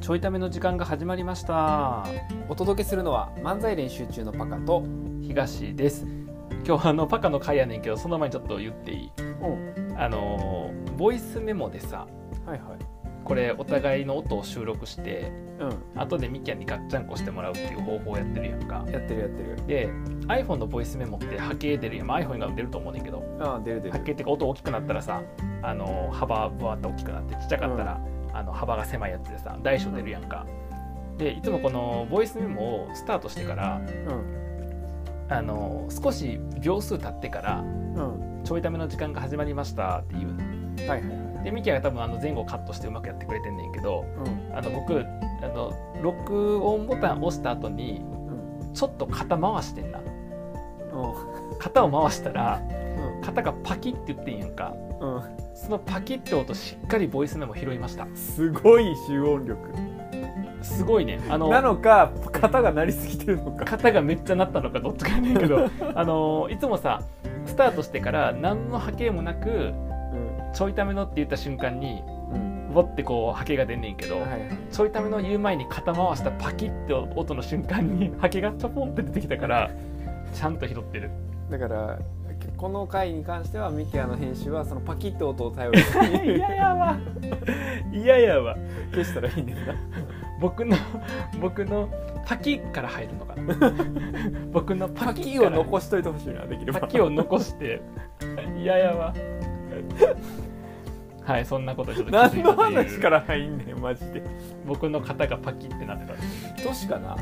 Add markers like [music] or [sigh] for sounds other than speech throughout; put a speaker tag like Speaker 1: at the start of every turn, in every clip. Speaker 1: ちょいための時間が始まりました
Speaker 2: お届けするのは漫才練習中のパカと
Speaker 1: 東です今日はあのパカの回やねんけどその前にちょっと言っていいあのーボイスメモでさ
Speaker 2: はいはい
Speaker 1: これお互いの音を収録して
Speaker 2: う
Speaker 1: 後でミキヤにガッチャンコしてもらうっていう方法をやってるやんか
Speaker 2: んやってるやってる
Speaker 1: で iPhone のボイスメモって波形出るやん、まあ、iPhone が出ると思うねんけど
Speaker 2: ああ出る出
Speaker 1: 波
Speaker 2: る
Speaker 1: 形っていうか音大きくなったらさあのー幅ぶわっと大きくなってちっちゃかったら、あの幅が狭いやつでさ大小出るやんか、でいつもこのボイスメモをスタートしてから
Speaker 2: うん
Speaker 1: あのー少し秒数経ってから
Speaker 2: うん
Speaker 1: ちょいための時間が始まりましたって言うね
Speaker 2: はいはいはい
Speaker 1: でミキヤが多分あの前後カットしてうまくやってくれてんねんけど
Speaker 2: うん
Speaker 1: あの僕あの録音ボタン押した後に
Speaker 2: うん
Speaker 1: ちょっと肩回してんな
Speaker 2: お
Speaker 1: 肩を回したら
Speaker 2: う
Speaker 1: 肩がパキって言ってんやんか
Speaker 2: んう
Speaker 1: そのパキって音しっかりボイスメモ拾いました
Speaker 2: んすごい集音力
Speaker 1: すごいねあの
Speaker 2: なのか型がなりすぎてるのか
Speaker 1: 肩がめっちゃなったのかどっちかやねんけど [laughs] あのいつもさスタートしてから何の波形もなく
Speaker 2: うん
Speaker 1: ちょいためのって言った瞬間に
Speaker 2: うん
Speaker 1: ボッてこう波形が出んねんけど、
Speaker 2: はいはい
Speaker 1: ちょいための言う前に肩回したパキって音の瞬間にハケがちょぽんって出てきたからちゃんと拾ってる
Speaker 2: だからこの回に関してはミキアの編集はそのパキッと音を頼りに
Speaker 1: やわ嫌やわ
Speaker 2: 消したらいいんですな [laughs]
Speaker 1: 僕の僕のパキから入るのかな僕のパ
Speaker 2: パ
Speaker 1: キ
Speaker 2: キ
Speaker 1: から
Speaker 2: を残しといてほしいなできれば
Speaker 1: パキを残して嫌やわはいそんなことちょっと気づいたとい
Speaker 2: 何
Speaker 1: う
Speaker 2: の話から入んねんマジで
Speaker 1: 僕の肩がパキってなってたい
Speaker 2: 年かな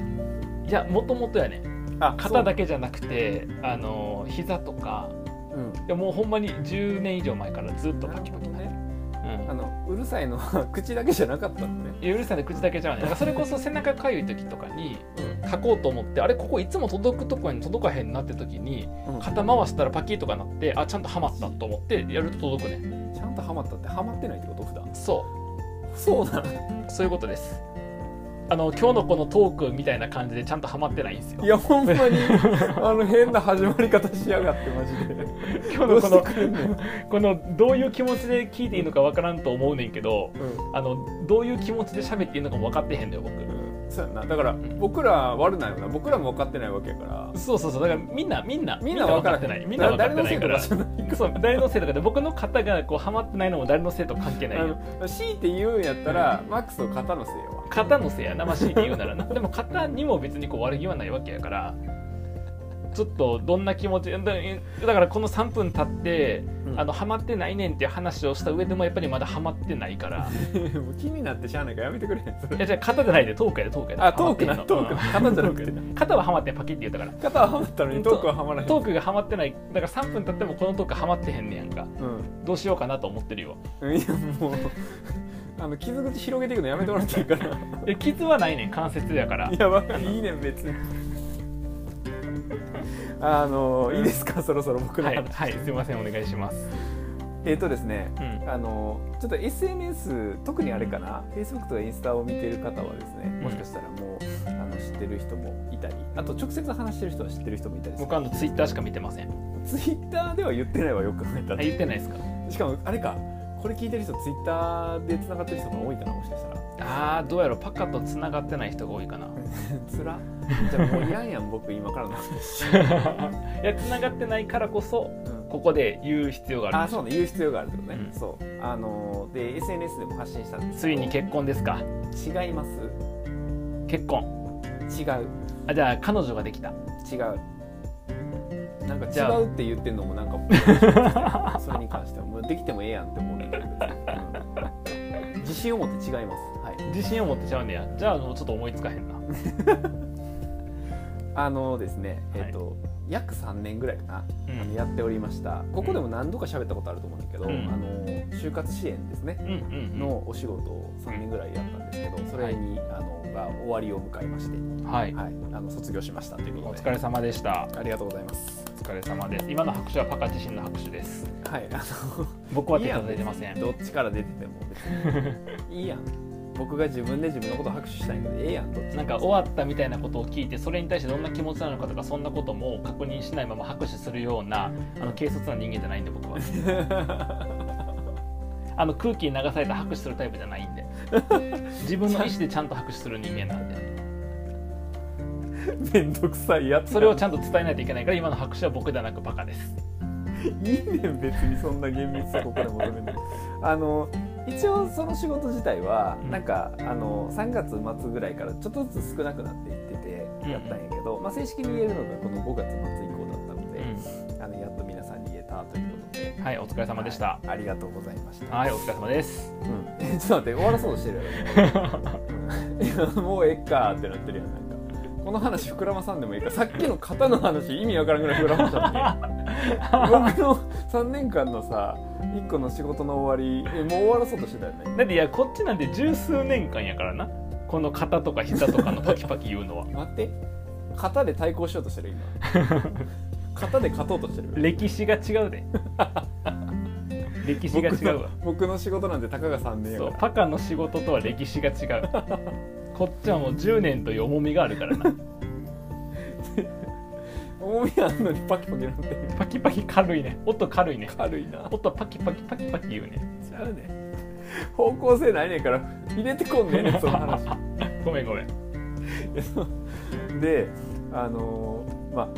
Speaker 1: やもともとやね
Speaker 2: あ
Speaker 1: 肩だ
Speaker 2: け
Speaker 1: けじゃなくてあの膝とか
Speaker 2: うん
Speaker 1: いやもうほんまに10年以上前からずっとパキパキな
Speaker 2: な
Speaker 1: る
Speaker 2: るほどね
Speaker 1: うん
Speaker 2: あのうるさいのは口だけじゃなかったのね
Speaker 1: いやうるさいの口だけじゃうねだからそれこそ背中かゆい時とかに書こうと思ってあれここいつも届くとこに届かへんなって時に
Speaker 2: うん
Speaker 1: 肩回したらパキッとかなってあちゃんとはまったと思ってやると届くね
Speaker 2: ちゃんとハマったってハマってないってこと普段
Speaker 1: そ
Speaker 2: そうなの
Speaker 1: うそういうことですあの今日のこのトークみたいな感じでちゃんとはまってないんですよ
Speaker 2: いやほん [laughs] まにあの変な始まり方しやがってマジ [laughs] で
Speaker 1: 今日のこの
Speaker 2: どうしてくれんの
Speaker 1: このどういう気持ちで聞いていいのかわからんと思うねんけどあのどういう気持ちで喋っていいのかも分かってへんのよ僕
Speaker 2: うん、うん、そうやんなだから僕ら悪ないよな僕らも分かってないわけやから
Speaker 1: そうそうそうだからみんなみんな
Speaker 2: みんな分から
Speaker 1: ってないみんな
Speaker 2: だ
Speaker 1: 分かってないから
Speaker 2: 誰のせいとかじゃない
Speaker 1: [laughs] そう誰のせいとかで僕の肩がこうはまってないのも誰のせいと関係ないよ
Speaker 2: あの強いて言うんやったら、マックスの肩のせいやわ
Speaker 1: 肩のせいやなましいって言うならな [laughs] でも肩にも別にこう悪気はないわけやからちょっとどんな気持ちだだからこの3分経って、
Speaker 2: うん
Speaker 1: あのハマってないねんっていう話をした上でもやっぱりまだハマってないから [laughs]
Speaker 2: もう気になってしゃあないからやめてくれそ
Speaker 1: い
Speaker 2: れ
Speaker 1: やじゃあ肩じゃないでトークやでトークやで
Speaker 2: あトークな
Speaker 1: ハマってん
Speaker 2: トー
Speaker 1: のうん
Speaker 2: クな肩じゃなくて
Speaker 1: 肩はハマってんパキって言ったから
Speaker 2: 肩はハマったのにトークはハマらへん
Speaker 1: トークがハマってないだから3分経ってもこのトークハマってへんねやんか
Speaker 2: うん
Speaker 1: どうしようかなと思ってるよ
Speaker 2: うん [laughs] いやもうあの傷口広げていくのやめてもらっていいかな [laughs]
Speaker 1: え傷はないねん関節やから
Speaker 2: いやばいいねん別に [laughs] あのいいですかそ [laughs] ろそろ僕の
Speaker 1: は
Speaker 2: 話、
Speaker 1: い、はい、すみませんお願いします。
Speaker 2: えっ、とですね
Speaker 1: うん、
Speaker 2: あのちょっと SNS 特にあれかな Facebook とかインスタを見てる方はですねもしかしたらもうあの知ってる人もいたりあと直接話してる人は知ってる人もいたりする
Speaker 1: 僕あのツイッターしか見てません。
Speaker 2: ツイッターでは言ってないわよく考えた
Speaker 1: あ
Speaker 2: ら
Speaker 1: 言ってないですか。
Speaker 2: しかもあれかこれ聞いてる人ツイッターでつながってる人が多いかなもしかしたら
Speaker 1: ああ、どうやろう、パカと繋がってない人が多い [laughs] かな。
Speaker 2: つらじゃあもういらんやん僕今から
Speaker 1: [laughs]
Speaker 2: の話、
Speaker 1: いや、繋がってないからこそ、
Speaker 2: うん
Speaker 1: ここで言う必要があ
Speaker 2: あ
Speaker 1: る。
Speaker 2: そうね言う必要があるってことね、
Speaker 1: うん
Speaker 2: そうあので SNS でも発信したんです
Speaker 1: つ
Speaker 2: け
Speaker 1: い
Speaker 2: ど
Speaker 1: に結婚ですか。
Speaker 2: 違います
Speaker 1: 結婚。
Speaker 2: 違う
Speaker 1: あ、じゃあ、彼女ができた。
Speaker 2: 違うなんか
Speaker 1: じゃあ
Speaker 2: 違うって言ってんのもなんか
Speaker 1: [laughs]
Speaker 2: それに関してはもうできてもええやんって思うんだけど、うん自信を持って違いますはい
Speaker 1: 自信を持ってちゃうねや。じゃあ、あのちょっと思いつかへんな。
Speaker 2: あのですねえっ、
Speaker 1: はい
Speaker 2: と、約3年ぐらいかな
Speaker 1: う
Speaker 2: あの
Speaker 1: ん。
Speaker 2: やっておりましたここでも何度か喋ったことあると思うんだけど、
Speaker 1: うん
Speaker 2: あの就活支援ですね
Speaker 1: うんうん
Speaker 2: のお仕事を3年ぐらいやったんですけどそれに、あのが終わりを迎えまして、
Speaker 1: うん。はい。
Speaker 2: はい、あの卒業しましたという
Speaker 1: お
Speaker 2: こと
Speaker 1: 疲
Speaker 2: で
Speaker 1: れ様でした。
Speaker 2: ありがとうございます
Speaker 1: お疲れ様です。今の拍手はパカ自身の拍手です。
Speaker 2: はいあ
Speaker 1: 僕は手叩いてませ [laughs]
Speaker 2: の
Speaker 1: ん。
Speaker 2: どっちから出てても別にいいやん僕が自分で自分のこと拍手したいんだからええやんどっち
Speaker 1: なんか終わったみたいなことを聞いてそれに対してどんな気持ちなのかとかそんなことも確認しないまま拍手するようなあの軽率な人間じ [laughs] ゃないんで僕はあの空気に流された拍手するタイプじゃないんで自分の意思でちゃんと拍手する人間なんで
Speaker 2: [laughs] めんどくさいやつ
Speaker 1: それをちゃんと伝えないといけないから今の拍手は僕ではなくバカです
Speaker 2: いいねん別にそんな厳密さここで求めないあの一応その仕事自体は
Speaker 1: うん
Speaker 2: なんかあの3月末ぐらいからちょっとずつ少なくなっていって
Speaker 1: うん
Speaker 2: てやったんやけど、まあ、正式に言えるのがこの5月末以降だったので、
Speaker 1: う
Speaker 2: あのやっと皆さんに言えたということで
Speaker 1: んはいお疲れ様でした
Speaker 2: はいありがとうございました、
Speaker 1: はいお疲れ様です
Speaker 2: うん、えちょっと待って終わらそうとしてるやろうんいや [laughs] もうえっかってなってるやんなんかこの話膨らまさんでもいいかさっきの型の話意味わからんぐらい膨らましちゃって僕の3年間のさ1個の仕事の終わりえもう終わらそうとしてたよね
Speaker 1: だっていやこっちなんて十数年間やからなこの肩とか膝とかのパキパキ言う [laughs] のは
Speaker 2: 待って型で対抗しようとしてる今型で勝とうとしてる
Speaker 1: 歴史が違うで歴史が
Speaker 2: 僕
Speaker 1: 違う
Speaker 2: の
Speaker 1: わ
Speaker 2: 僕の仕事なんてたかが3年やか
Speaker 1: そう
Speaker 2: ら
Speaker 1: パカの仕事とは歴史が違 [laughs] うこっちはもう10年という重みがあるから [laughs] な
Speaker 2: 重みあんのにパキパキなんて
Speaker 1: パキパキ軽いね音軽いね
Speaker 2: 軽いな
Speaker 1: 音パキパキパキパキ言うね
Speaker 2: ちゃうね方向性ないねんから入れてこんねんねんその話
Speaker 1: ごめんごめん
Speaker 2: [laughs] であのーまあ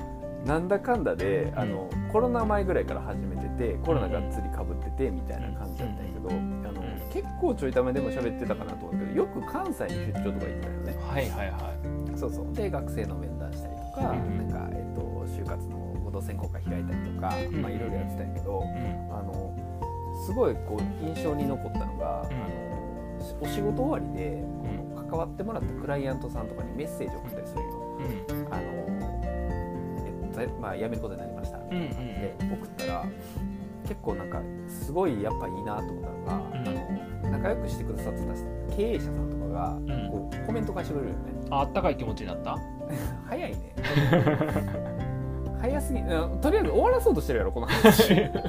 Speaker 2: なんだかんだで、あのコロナ前ぐらいから始めててコロナがっつりかぶっててみたいな感じだったんやけど、あの
Speaker 1: うん
Speaker 2: 結構ちょいためでも喋ってたかなと思うけどよく関西に出張とか行ってたよね
Speaker 1: はいはいは
Speaker 2: そうそうで学生の面談したりとか,、
Speaker 1: うん
Speaker 2: なんかえっと就活の合同選考会開いたりとか、
Speaker 1: ん
Speaker 2: まあ、いろいろやってたんやけど、
Speaker 1: い、うん、
Speaker 2: あのすごいこう印象に残ったのが、
Speaker 1: うん
Speaker 2: あのしお仕事終わりで
Speaker 1: ん
Speaker 2: この関わってもらったクライアントさんとかにメッセージを送ったりするよ。
Speaker 1: うん
Speaker 2: あのえっとまあ、辞めることになりましたみたいな感じで送ったら、結構なんかすごいやっぱいいなと思ったのが、
Speaker 1: うん
Speaker 2: あの仲良くしてくださってた経営者さんとかが、
Speaker 1: ん
Speaker 2: こうコメント返してくれるよね
Speaker 1: ああったかい気持ちになった
Speaker 2: 早い
Speaker 1: [laughs]
Speaker 2: ね早すぎうんとりあえず終わらそうとしてるやろこの
Speaker 1: [laughs]
Speaker 2: 話さっきか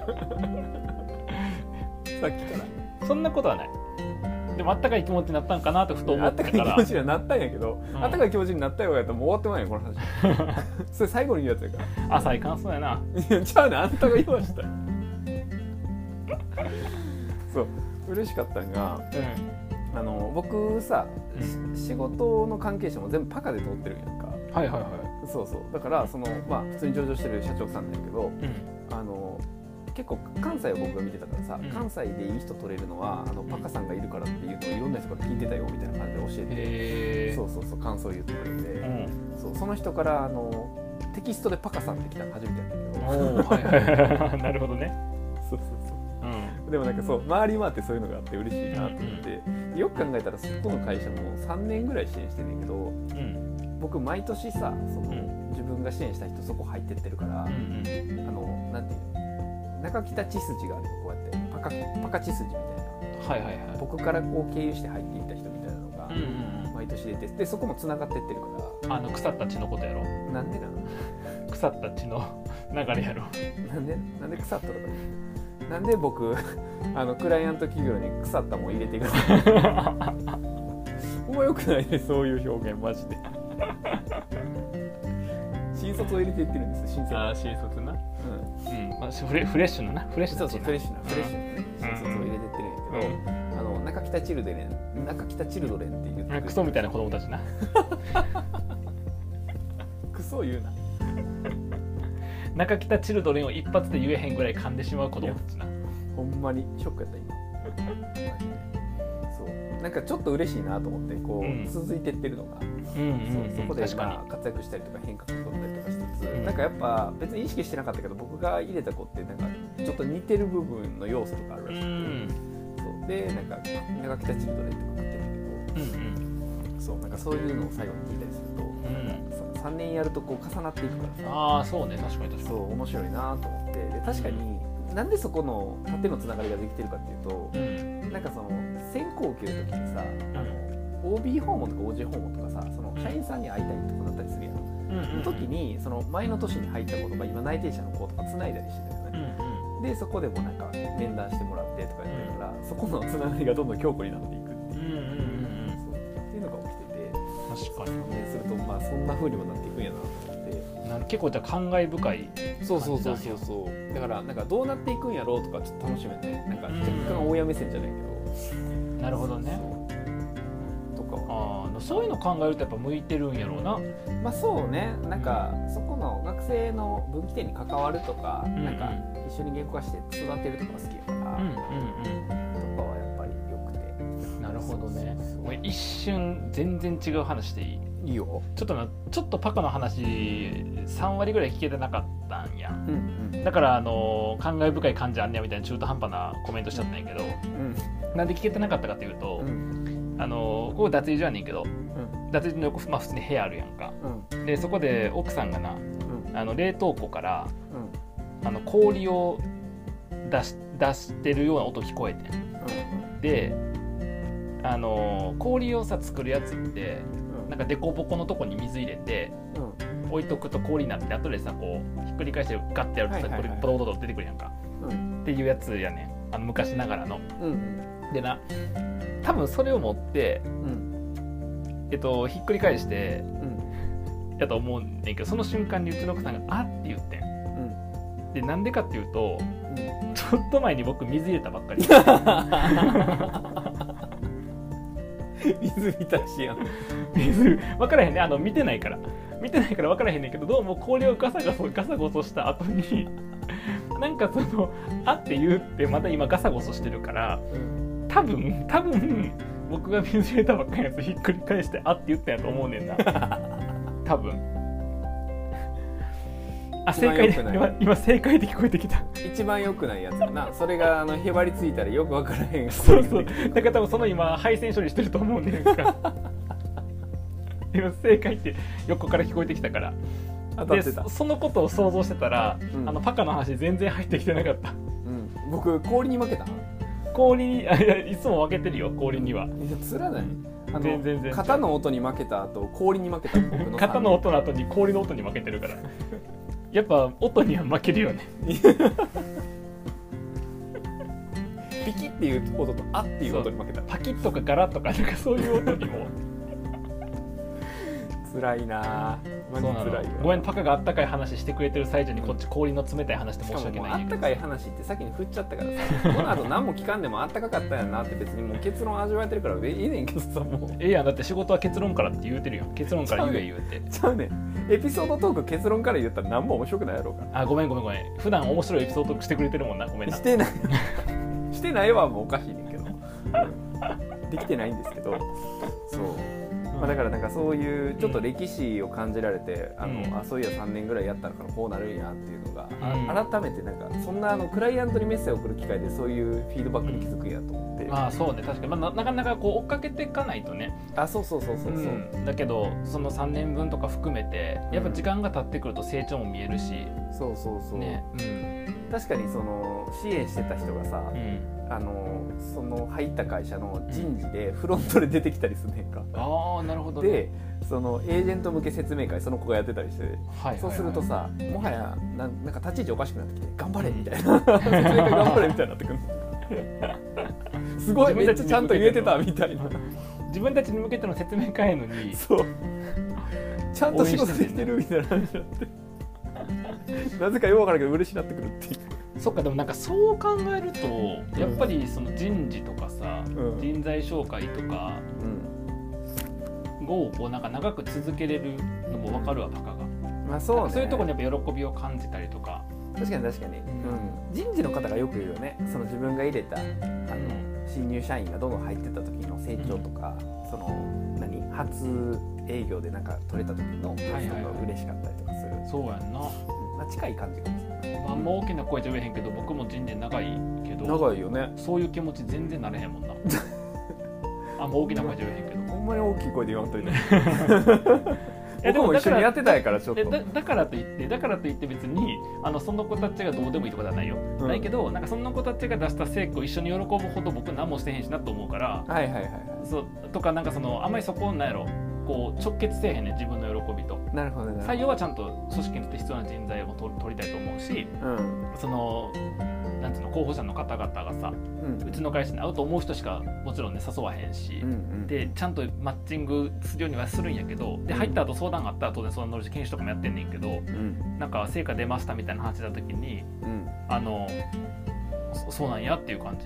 Speaker 2: ら
Speaker 1: そんなことはないでもあったかい気持ちになったんかなとふと思
Speaker 2: あ
Speaker 1: っ
Speaker 2: った
Speaker 1: た
Speaker 2: か
Speaker 1: か
Speaker 2: い気
Speaker 1: ら
Speaker 2: 持ちにはなったんやけど、
Speaker 1: うん
Speaker 2: あったかい気持ちになったよやったらもう終わってまいよこの
Speaker 1: [laughs]
Speaker 2: 話それ最後に言うやつやから
Speaker 1: 浅い感想やない
Speaker 2: やちゃうねあんたが言わしたいそう嬉しかったんが
Speaker 1: うん
Speaker 2: あの僕さ、
Speaker 1: う
Speaker 2: し仕事の関係者も全部パカで通ってるやんか
Speaker 1: はいはいは
Speaker 2: そうそうだからそのまあ普通に上場してる社長さんだけど
Speaker 1: いうん
Speaker 2: あの結構関西を僕が見てたからさ、
Speaker 1: うん
Speaker 2: 関西でいい人取れるのはあのパカさんがいるからっていうのをいろんな人から聞いてたよみたいな感じで教
Speaker 1: へ
Speaker 2: えて
Speaker 1: え
Speaker 2: そうそうそう感想を言ってくれて、
Speaker 1: うん
Speaker 2: そうその人からあのテキストでパカさんって来たの初めてやったけど
Speaker 1: おーはいはいはい [laughs] なるほどね
Speaker 2: そうそうそう
Speaker 1: うん
Speaker 2: でもなんかそう回り回ってそういうのがあって嬉しいなと思って、よく考えたらそこの会社も3年ぐらい支援してんねんけど
Speaker 1: うん
Speaker 2: 僕毎年さその、
Speaker 1: うん
Speaker 2: 自分が支援した人そこ入ってってるから、
Speaker 1: うんうん
Speaker 2: あのなんていうの中北血筋があるのこうやってパカパカ血筋みたいな
Speaker 1: はいはいはい
Speaker 2: 僕からこう経由して入っていった人みたいなのが
Speaker 1: うんうん
Speaker 2: 毎年出てでそこもつながってってるか
Speaker 1: うんあの腐った血のことやろ
Speaker 2: らなんでなん
Speaker 1: 腐った血の [laughs] 流れやろ
Speaker 2: なんでなんで腐ったとか言うなんで僕 [laughs] あのクライアント企業に腐ったもん入れていくの [laughs] お前よくないねそういう表現マジで [laughs] 新卒を入れていってるんです新鮮な、
Speaker 1: あ新卒な
Speaker 2: うん、
Speaker 1: うんまあフレフレッシュななフレッシュ
Speaker 2: そう
Speaker 1: な
Speaker 2: そ
Speaker 1: 血
Speaker 2: う
Speaker 1: な
Speaker 2: フレッシュなフレッシュなね
Speaker 1: うん
Speaker 2: 新卒を入れていってるんやけど、
Speaker 1: うん
Speaker 2: あの中北チルドレン中北チルドレンって言って
Speaker 1: うんクソみたいな子供たちな
Speaker 2: クソ言うな
Speaker 1: 中北チルドレンを一発で言えへんぐらい噛んでしまう子供たちな
Speaker 2: ほんまにショックやった
Speaker 1: [laughs]
Speaker 2: 今そうなんかちょっと嬉しいなと思ってこう、
Speaker 1: うん
Speaker 2: 続いてってるのが、
Speaker 1: うんうん
Speaker 2: そう
Speaker 1: うん
Speaker 2: そこで、
Speaker 1: 確か
Speaker 2: まあ、活躍したりとか変化を取ったりとかしつつ、
Speaker 1: うん
Speaker 2: なんかやっぱ別に意識してなかったけど僕が入れた子ってなんかちょっと似てる部分の要素とかあるら
Speaker 1: に
Speaker 2: し
Speaker 1: う
Speaker 2: くて、
Speaker 1: ん
Speaker 2: そうでなんか長北チルドレンとか送ってるんだ
Speaker 1: うんうん
Speaker 2: けどそうなんかそういうのを最後に聞いたりすると、
Speaker 1: ん
Speaker 2: なんか3年やるとこう重なっていくからさ
Speaker 1: ああそうね確かに確か
Speaker 2: そ
Speaker 1: に
Speaker 2: う面白いなと思ってで確かになんでそこの縦のつながりができてるかっていうと
Speaker 1: うん
Speaker 2: なんかその選考を受ける時にさあの OB 訪問とか OG 訪問とかさその社員さんに会いたいとかなったりするやん、
Speaker 1: うん
Speaker 2: その時にその前の年に入った子とか今内定者の子とかつないだりしてたよ
Speaker 1: うん
Speaker 2: ね、でそこでもなんか面談してもらってとか言ってるから、そこのつながりがどんどん強固になっていくって
Speaker 1: うんう
Speaker 2: い
Speaker 1: んう
Speaker 2: う,、
Speaker 1: んうん
Speaker 2: そうっていうのが起きてて
Speaker 1: 確か
Speaker 2: 3年するとまあそんな風にもなっていくんやなと思って。
Speaker 1: にな結構じゃあ感慨深い
Speaker 2: そうそうそうそうそうだからなんかどうなっていくんやろうとかちょっと楽しみやねなんか若干親目線じゃないけど、
Speaker 1: なるほどね
Speaker 2: そう
Speaker 1: そういうの考えるとやっぱ向いてるんやろうな
Speaker 2: まあそうねなんかそこの学生の分岐点に関わるとか、
Speaker 1: んうん
Speaker 2: なんか一緒に言語化して育てるとかが好きやから、
Speaker 1: うん
Speaker 2: と
Speaker 1: うん
Speaker 2: かはやっぱり良くて
Speaker 1: うんなるほどね
Speaker 2: そうそうそう
Speaker 1: もう一瞬全然違う話でいい
Speaker 2: いいよ、
Speaker 1: ちょっとなちょっとパカの話3割ぐらい聞けてなかったんや
Speaker 2: うんうん
Speaker 1: だからあの感慨深い感じあんねやみたいな中途半端なコメントしちゃったんやけど
Speaker 2: うん
Speaker 1: なんで聞けてなかったかっていうと、
Speaker 2: うん
Speaker 1: あのここ脱衣所やねんけど
Speaker 2: うん
Speaker 1: 脱衣所の横、まあ、普通に部屋あるやんか
Speaker 2: うん
Speaker 1: でそこで奥さんがなあの冷凍庫から
Speaker 2: うん
Speaker 1: あの氷を出し出してるような音聞こえてんであの氷をさ作るやつってなんか凸凹のとこに水入れて
Speaker 2: うんうん
Speaker 1: 置いとくと氷になって後でさこうひっくり返してガッてやるとさ
Speaker 2: はい
Speaker 1: こ
Speaker 2: はいはい
Speaker 1: れボロボロボロ出てくるやんかっていうやつやねんあの昔ながらの。
Speaker 2: うん
Speaker 1: でな多分それを持って、
Speaker 2: うん
Speaker 1: えっと、ひっくり返して
Speaker 2: うん
Speaker 1: やと思うねんけどその瞬間にうちの奥さんが「あっ」って言ってん。でなんでかっていうとちょっと前に僕水入れたばっか
Speaker 2: [laughs]
Speaker 1: り
Speaker 2: 水浸しやん
Speaker 1: 水分からへんねあの見てないから見てないから分からへんねんけどどうも氷をガサガサガサゴソした後になんかその「あ」って言ってまた今ガサゴソしてるから多分多分僕が水入れたばっかりのやつひっくり返して「あ」って言ったんやと思うねん
Speaker 2: [laughs]
Speaker 1: な多分あ正解
Speaker 2: 一番良くない
Speaker 1: で今今正解で聞こえてき
Speaker 2: [laughs]
Speaker 1: た
Speaker 2: 一番良くないやつやなそれがあのへばりついたらよくわからへん
Speaker 1: そうそう。だから多分その今配線処理してると思うねんか。今正解って横から聞こえてきたから。
Speaker 2: 当た
Speaker 1: で
Speaker 2: ってた
Speaker 1: そ、そのことを想像してたら、
Speaker 2: うん
Speaker 1: あのパカの話全然入ってきてなかった。
Speaker 2: うん、僕氷に負けた
Speaker 1: 氷にあいやいつも分けてるよ氷には。
Speaker 2: えつらないあの
Speaker 1: 全然全然
Speaker 2: 肩の音に負けた後氷に負けた僕
Speaker 1: [laughs]
Speaker 2: の
Speaker 1: 肩の音の後に氷の音に負けてる
Speaker 2: [laughs]
Speaker 1: から。やっぱ音には負けるよね。
Speaker 2: ピキっていう音とあっていう音に負けた
Speaker 1: パキッとかガラッとかなんかそういう音に
Speaker 2: [laughs]
Speaker 1: も。
Speaker 2: 辛いなぁマジ
Speaker 1: そうなの
Speaker 2: 辛い
Speaker 1: ごめん
Speaker 2: し
Speaker 1: パカがあったかい話してくれてる最中にこっち氷の冷たい話で申
Speaker 2: か
Speaker 1: し
Speaker 2: も
Speaker 1: 訳
Speaker 2: もう
Speaker 1: ない
Speaker 2: あ
Speaker 1: んや
Speaker 2: っ
Speaker 1: け
Speaker 2: た
Speaker 1: ど。
Speaker 2: かい話って先に振っちゃったからさ [laughs] この後何も聞かんでもあったかかったんやなって別にもう結論味わえてるからええねんけどさもう
Speaker 1: ええやんだって仕事は結論からって言うてるよ結論から言え言うて
Speaker 2: ちゃうねんエピソードトーク結論から言ったら何も面白くないやろうか
Speaker 1: あごめんごめんごめん普段面白いエピソードしてくれてるもんなごめんな
Speaker 2: らしてないしてないはもうおかしいねんけどうんできてないんですけどそうまあ、だからなんかそういうちょっと歴史を感じられて、あ
Speaker 1: うん
Speaker 2: のあそういや3年ぐらいやったのからこうなるんやっていうのが、
Speaker 1: う
Speaker 2: あ改めてなんかそんなあのクライアントにメッセージを送る機会でそういうフィードバックに気づくんやと思って、
Speaker 1: まあそうね確かに、まあ、ななかなかこう追っかけていかないとね
Speaker 2: あそうそうそうそうそう、
Speaker 1: うんだけどその3年分とか含めてやっぱ時間が経ってくると成長も見えるし、
Speaker 2: そうそうそう、
Speaker 1: ね
Speaker 2: 確かにその支援してた人がさ、
Speaker 1: うん、うん、
Speaker 2: あのその入った会社の人事でフロントで出てきたりすんねんか、
Speaker 1: ああなるほどね
Speaker 2: でそのエージェント向け説明会その子がやってたりして
Speaker 1: はいはいはい
Speaker 2: そうするとさもはやなんなんか立ち位置おかしくなってきて頑張れみたいな説明会頑張れみたいになってくる
Speaker 1: [laughs]
Speaker 2: すごい
Speaker 1: 自分
Speaker 2: めったち
Speaker 1: ち
Speaker 2: ゃ
Speaker 1: に
Speaker 2: ちゃんと言えてたみたいな
Speaker 1: 自分たちに向けての説明会やのに
Speaker 2: そうちゃんと仕事できてるみたいな話になってなぜかようわからんけど嬉しいなってくるってい
Speaker 1: そっかでもなんかそう考えるとやっぱりその人事とかさ、
Speaker 2: うん
Speaker 1: 人材紹介とか
Speaker 2: う、
Speaker 1: をこうなんか長く続けれるのも分かるわパカが。
Speaker 2: まあそうね
Speaker 1: そういうところにやっぱ喜びを感じたりとか、
Speaker 2: 確かに確かに、うん、人事の方がよく言うよねその自分が入れたあの、
Speaker 1: うん
Speaker 2: 新入社員がどんどん入ってった時の成長とか、その何初営業でなんか取れた時のやつとかが嬉しかったりとかする、
Speaker 1: そうやんな、
Speaker 2: うんまあ、近い感じかもしれない
Speaker 1: まあ、もう大きな声じゃ言えへんけど僕も人生長いけど
Speaker 2: いよね
Speaker 1: そういう気持ち全然なれへんもん [laughs] なあもう大きな声じゃ言えへんけど
Speaker 2: ほんまに大きい声で言わんと
Speaker 1: [laughs]
Speaker 2: いて
Speaker 1: やで
Speaker 2: 僕
Speaker 1: も
Speaker 2: も一緒に
Speaker 1: だから
Speaker 2: やってたんやからちょっと
Speaker 1: えだだからといってだからといって別にあのその子たちがどうでもいいとかじゃないよ、
Speaker 2: うん
Speaker 1: ないけどなんかその子たちが出した成果を一緒に喜ぶほど僕何もしてへんしなと思うから
Speaker 2: はいはいはいは
Speaker 1: そうとかなんかそのあんまりそこなんやろこう直結せえへんねん自分の喜びと
Speaker 2: いなるほどね
Speaker 1: 採用はちゃんと組織にとって必要な人材を取取りたいと思うし、
Speaker 2: うん
Speaker 1: そのなんていうの候補者の方々がさ
Speaker 2: うん
Speaker 1: うちの会社に合うと思う人しかもちろんね誘わへんし、
Speaker 2: うん
Speaker 1: でちゃんとマッチングするようにはするんやけどで
Speaker 2: うん
Speaker 1: 入った後相談があったら当然相談乗るし研修とかもやってんねんけど
Speaker 2: うん
Speaker 1: なんか成果出ましたみたいな話した時に
Speaker 2: うん
Speaker 1: あのそそうなんやっていう
Speaker 2: [laughs]
Speaker 1: 感じ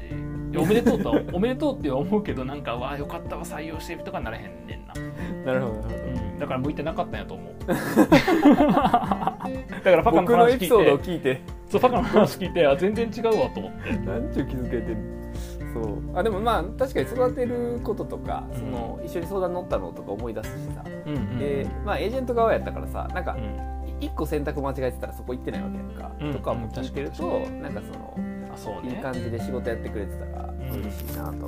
Speaker 1: でおめでとうとはおめでとうっては思うけどなんかわあよかったわ採用してるとかならへんねんな
Speaker 2: なるほどなるほど
Speaker 1: うん、だから向いてなかったんやと
Speaker 2: [laughs]
Speaker 1: 思うだからパカの
Speaker 2: 僕の
Speaker 1: 話
Speaker 2: エ
Speaker 1: 聞
Speaker 2: ピ
Speaker 1: い
Speaker 2: ソードを
Speaker 1: て
Speaker 2: 聞いて [laughs]
Speaker 1: そうパカの話聞いてあ全然違うわと思って
Speaker 2: なんちゅう気づけてんのそうあでもまあ確かに育てることとかその、一緒に相談乗ったのとか思い出すしさ、
Speaker 1: うんうん
Speaker 2: でまあエージェント側やったからさなんか
Speaker 1: うん
Speaker 2: 一個選択間違えてたらそこ行ってないわけやんか、
Speaker 1: うん
Speaker 2: とかも聞いてると、なんかその
Speaker 1: あそう
Speaker 2: いい
Speaker 1: ね
Speaker 2: 感じで仕事やってくれてたら嬉しいなと思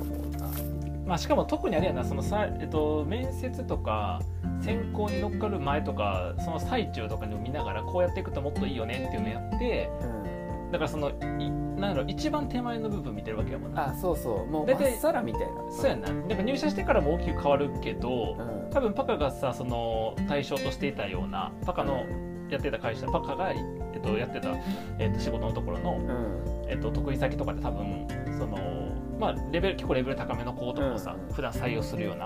Speaker 2: うな、
Speaker 1: まあしかも特にあれやなそのさ、えっと、面接とか選考に乗っかる前とかその最中とかにも見ながらこうやっていくともっといいよねっていうのやって
Speaker 2: うん
Speaker 1: だからそのいなんだろう一番手前の部分見てるわけやもんな
Speaker 2: あそうそうもうま
Speaker 1: 大
Speaker 2: っ
Speaker 1: 体
Speaker 2: さらみたいな
Speaker 1: そうやなやっぱ入社してからも大きく変わるけど
Speaker 2: うん
Speaker 1: 多分パカがさその対象としていたようなパカのやってた会社パカが、えっと、やってた、えっと、仕事のところの、
Speaker 2: うん
Speaker 1: えっと、得意先とかで多分その、まあ、レベル結構レベル高めの子とかをさ、
Speaker 2: うん
Speaker 1: 普段採用するような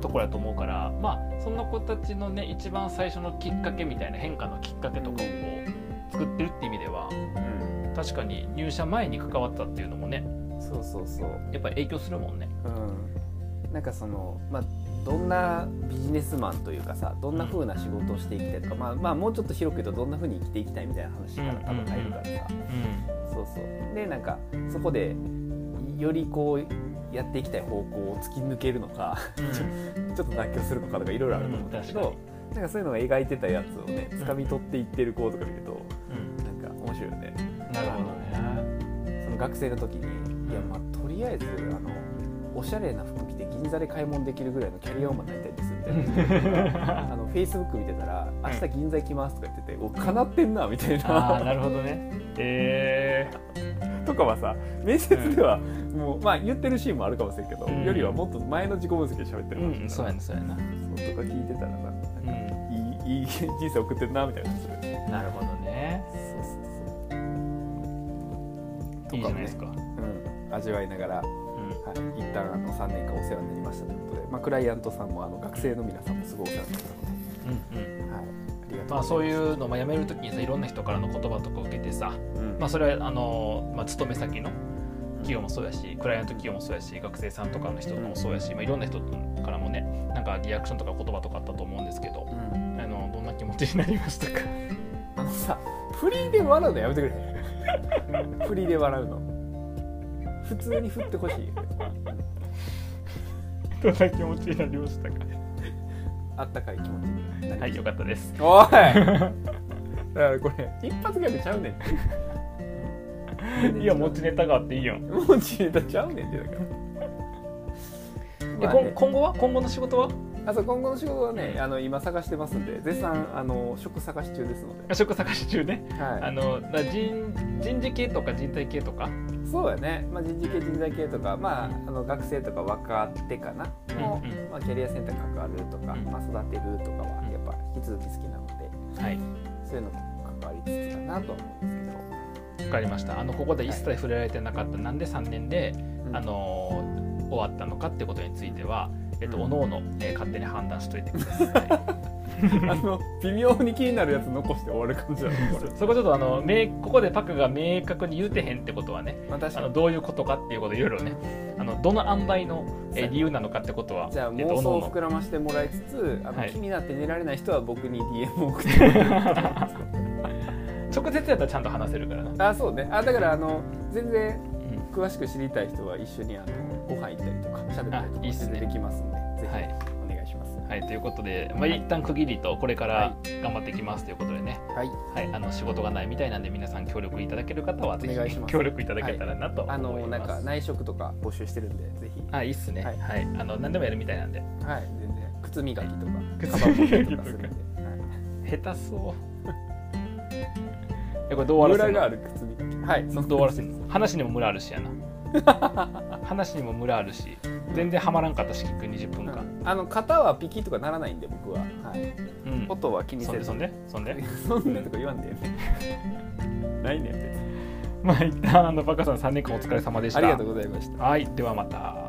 Speaker 1: ところやと思うからまあそんな子たちのね一番最初のきっかけみたいな変化のきっかけとかをこう作ってるって意味では
Speaker 2: うん
Speaker 1: 確かに入社前に関わったっていうのもね
Speaker 2: そうそうそう
Speaker 1: やっぱり影響するもんね。
Speaker 2: うん、なんかその、まあ、どんなビジネスマンというかさどんな風な仕事をしていきたいとか、まあ、まあもうちょっと広く言うとどんな風に生きていきたいみたいな話から多分入るからさ、そうそうでなんかそこでよりこうやっていきたい方向を突き抜けるのか [laughs] ちょっと妥協するのかとかいろいろあると思うんだけど、なんかそういうのが描いてたやつをね掴み取っていってる子とか見るとなんか面白いよね。
Speaker 1: なるほどね。
Speaker 2: その学生の時にいやまあとりあえずあのおしゃれな服着て銀座で買い物できるぐらいのキャリアウーマンになりたいですみたいなあのフェイスブック見てたら「明日銀座行きます」とか言ってて「おかなってんな」みたい
Speaker 1: ああ
Speaker 2: な
Speaker 1: なるほどね。え
Speaker 2: とかはさ面接ではもうまあ言ってるシーンもあるかもしれんけど、
Speaker 1: うん
Speaker 2: よりはもっと前の自己分析で喋っ
Speaker 1: え
Speaker 2: てる話だから
Speaker 1: そうやなそうやな。
Speaker 2: そうとか聞いてたらなんか
Speaker 1: う
Speaker 2: いいいい人生送ってるなみたいな感じする
Speaker 1: ん、なるほどね。
Speaker 2: そうそうそう
Speaker 1: いいじゃないですか。
Speaker 2: うん、味わいながら、はい、一旦あの3年間お世話になりましたということで、まあ、クライアントさんもあの学生の皆さんもすごいお世話になった
Speaker 1: うん
Speaker 2: ので、
Speaker 1: うんうん
Speaker 2: はい、ありがとうございます、
Speaker 1: まあ、そういうのも辞める時にさいろんな人からの言葉とか受けてさ、
Speaker 2: うん、
Speaker 1: まあ、それはあの、まあ、勤め先の企業もそうやしクライアント企業もそうやし学生さんとかの人とかもそうやし、まあ、いろんな人からもねなんかリアクションとか言葉とかあったと思うんですけど
Speaker 2: うん、
Speaker 1: あのどんな気持ちになりましたか [laughs]
Speaker 2: あのさフリーで笑うのやめてくれフリーで笑うの普通に振ってほしい
Speaker 1: どんな気持ちになりましたか [laughs]
Speaker 2: あったかい気持ちになりま
Speaker 1: はい
Speaker 2: し
Speaker 1: よかったです
Speaker 2: たおいだからこれ一発ギャグちゃうね
Speaker 1: [laughs]
Speaker 2: ん
Speaker 1: いや持ちネタがあっていいやん
Speaker 2: 持ちネタちゃうねんってだから
Speaker 1: え
Speaker 2: まあ
Speaker 1: こん
Speaker 2: ね
Speaker 1: 今後は今後の仕事は
Speaker 2: あそう今後の仕事はねあの今探してますんで絶賛あの職探し中ですので、
Speaker 1: 職探し中ねあ
Speaker 2: は
Speaker 1: のだから人人事系とか人体系とか
Speaker 2: い、そうやね、まあ、人事系人材系とか、まあ、あの学生とか若手かなの、
Speaker 1: うんう
Speaker 2: まあ、キャリア選択関わるとか、
Speaker 1: うん
Speaker 2: まあ、育てるとかは
Speaker 1: うん
Speaker 2: やっぱ引き続き好きなので
Speaker 1: はい
Speaker 2: そういうのも関わりつつかなとは思うんです
Speaker 1: わかりましたあのここで一切触れられてなかった、なんで3年で、
Speaker 2: けど、うん
Speaker 1: あのー終わったのかってことについては、えっと
Speaker 2: うん
Speaker 1: おのおの、えー勝手に判断しといてください [laughs]
Speaker 2: あの微妙に気になるやつ残して終わる感じだねこれ、
Speaker 1: そこちょっとあの明ここでパクが明確に言うてへんってことはね
Speaker 2: まあ、確
Speaker 1: あ
Speaker 2: か
Speaker 1: の
Speaker 2: に
Speaker 1: どういうことかっていうこといろいろねあのどの塩梅の、えー理由なのかってことは
Speaker 2: じゃあ
Speaker 1: えっとお
Speaker 2: 妄
Speaker 1: の
Speaker 2: 想
Speaker 1: お
Speaker 2: を
Speaker 1: の
Speaker 2: 膨らましてもらいつつあの、
Speaker 1: はい
Speaker 2: 気になって寝られない人は僕に DM を送ってもらえる
Speaker 1: 直接やったらちゃんと話せるからな、 [laughs]
Speaker 2: あそうねあだからあの全然
Speaker 1: うん
Speaker 2: 詳しく知りたい人は一緒にあのご飯行ったりとか喋ったりと
Speaker 1: あ
Speaker 2: か
Speaker 1: いいっすね
Speaker 2: 全然できますんでぜ
Speaker 1: はい
Speaker 2: ひお願いします。
Speaker 1: はい、ということで、まあ、一旦区切りとこれから頑張っていきますということでね、
Speaker 2: はい、
Speaker 1: はい、あの仕事がないみたいなんで皆さん協力いただける方はぜ
Speaker 2: お願いし
Speaker 1: ひ
Speaker 2: ます
Speaker 1: 協力いただけたらなと思
Speaker 2: あ
Speaker 1: い
Speaker 2: の
Speaker 1: ま
Speaker 2: な
Speaker 1: す。
Speaker 2: んか内職とか募集してるんでぜひ
Speaker 1: あいいっすね、は
Speaker 2: はいい
Speaker 1: あの何でもやるみたいなんで
Speaker 2: はい全然靴磨きとか
Speaker 1: [laughs] 靴
Speaker 2: カバン持った
Speaker 1: 磨
Speaker 2: り
Speaker 1: き
Speaker 2: と
Speaker 1: とか
Speaker 2: かするんで。
Speaker 1: 下手そう [laughs] えこれどう
Speaker 2: はい、
Speaker 1: 終わ
Speaker 2: ム
Speaker 1: ら
Speaker 2: ラ
Speaker 1: せる
Speaker 2: が
Speaker 1: の
Speaker 2: ある靴磨き。はい、
Speaker 1: どう終わらせるの話にもムラあるしや [laughs] な話にもムラあるし全然ハマらんかったし結局20分間
Speaker 2: うんあの型はピキとかならないんで僕は、はい、
Speaker 1: うん、
Speaker 2: 音は気に
Speaker 1: そ
Speaker 2: せ
Speaker 1: んで
Speaker 2: ず
Speaker 1: そんでそん [laughs] で
Speaker 2: そんなとか言わんでよね [laughs] ないねん別に
Speaker 1: まあ一旦あのバカさん3年間お疲れ様でした
Speaker 2: ありがとうございました
Speaker 1: はいではまた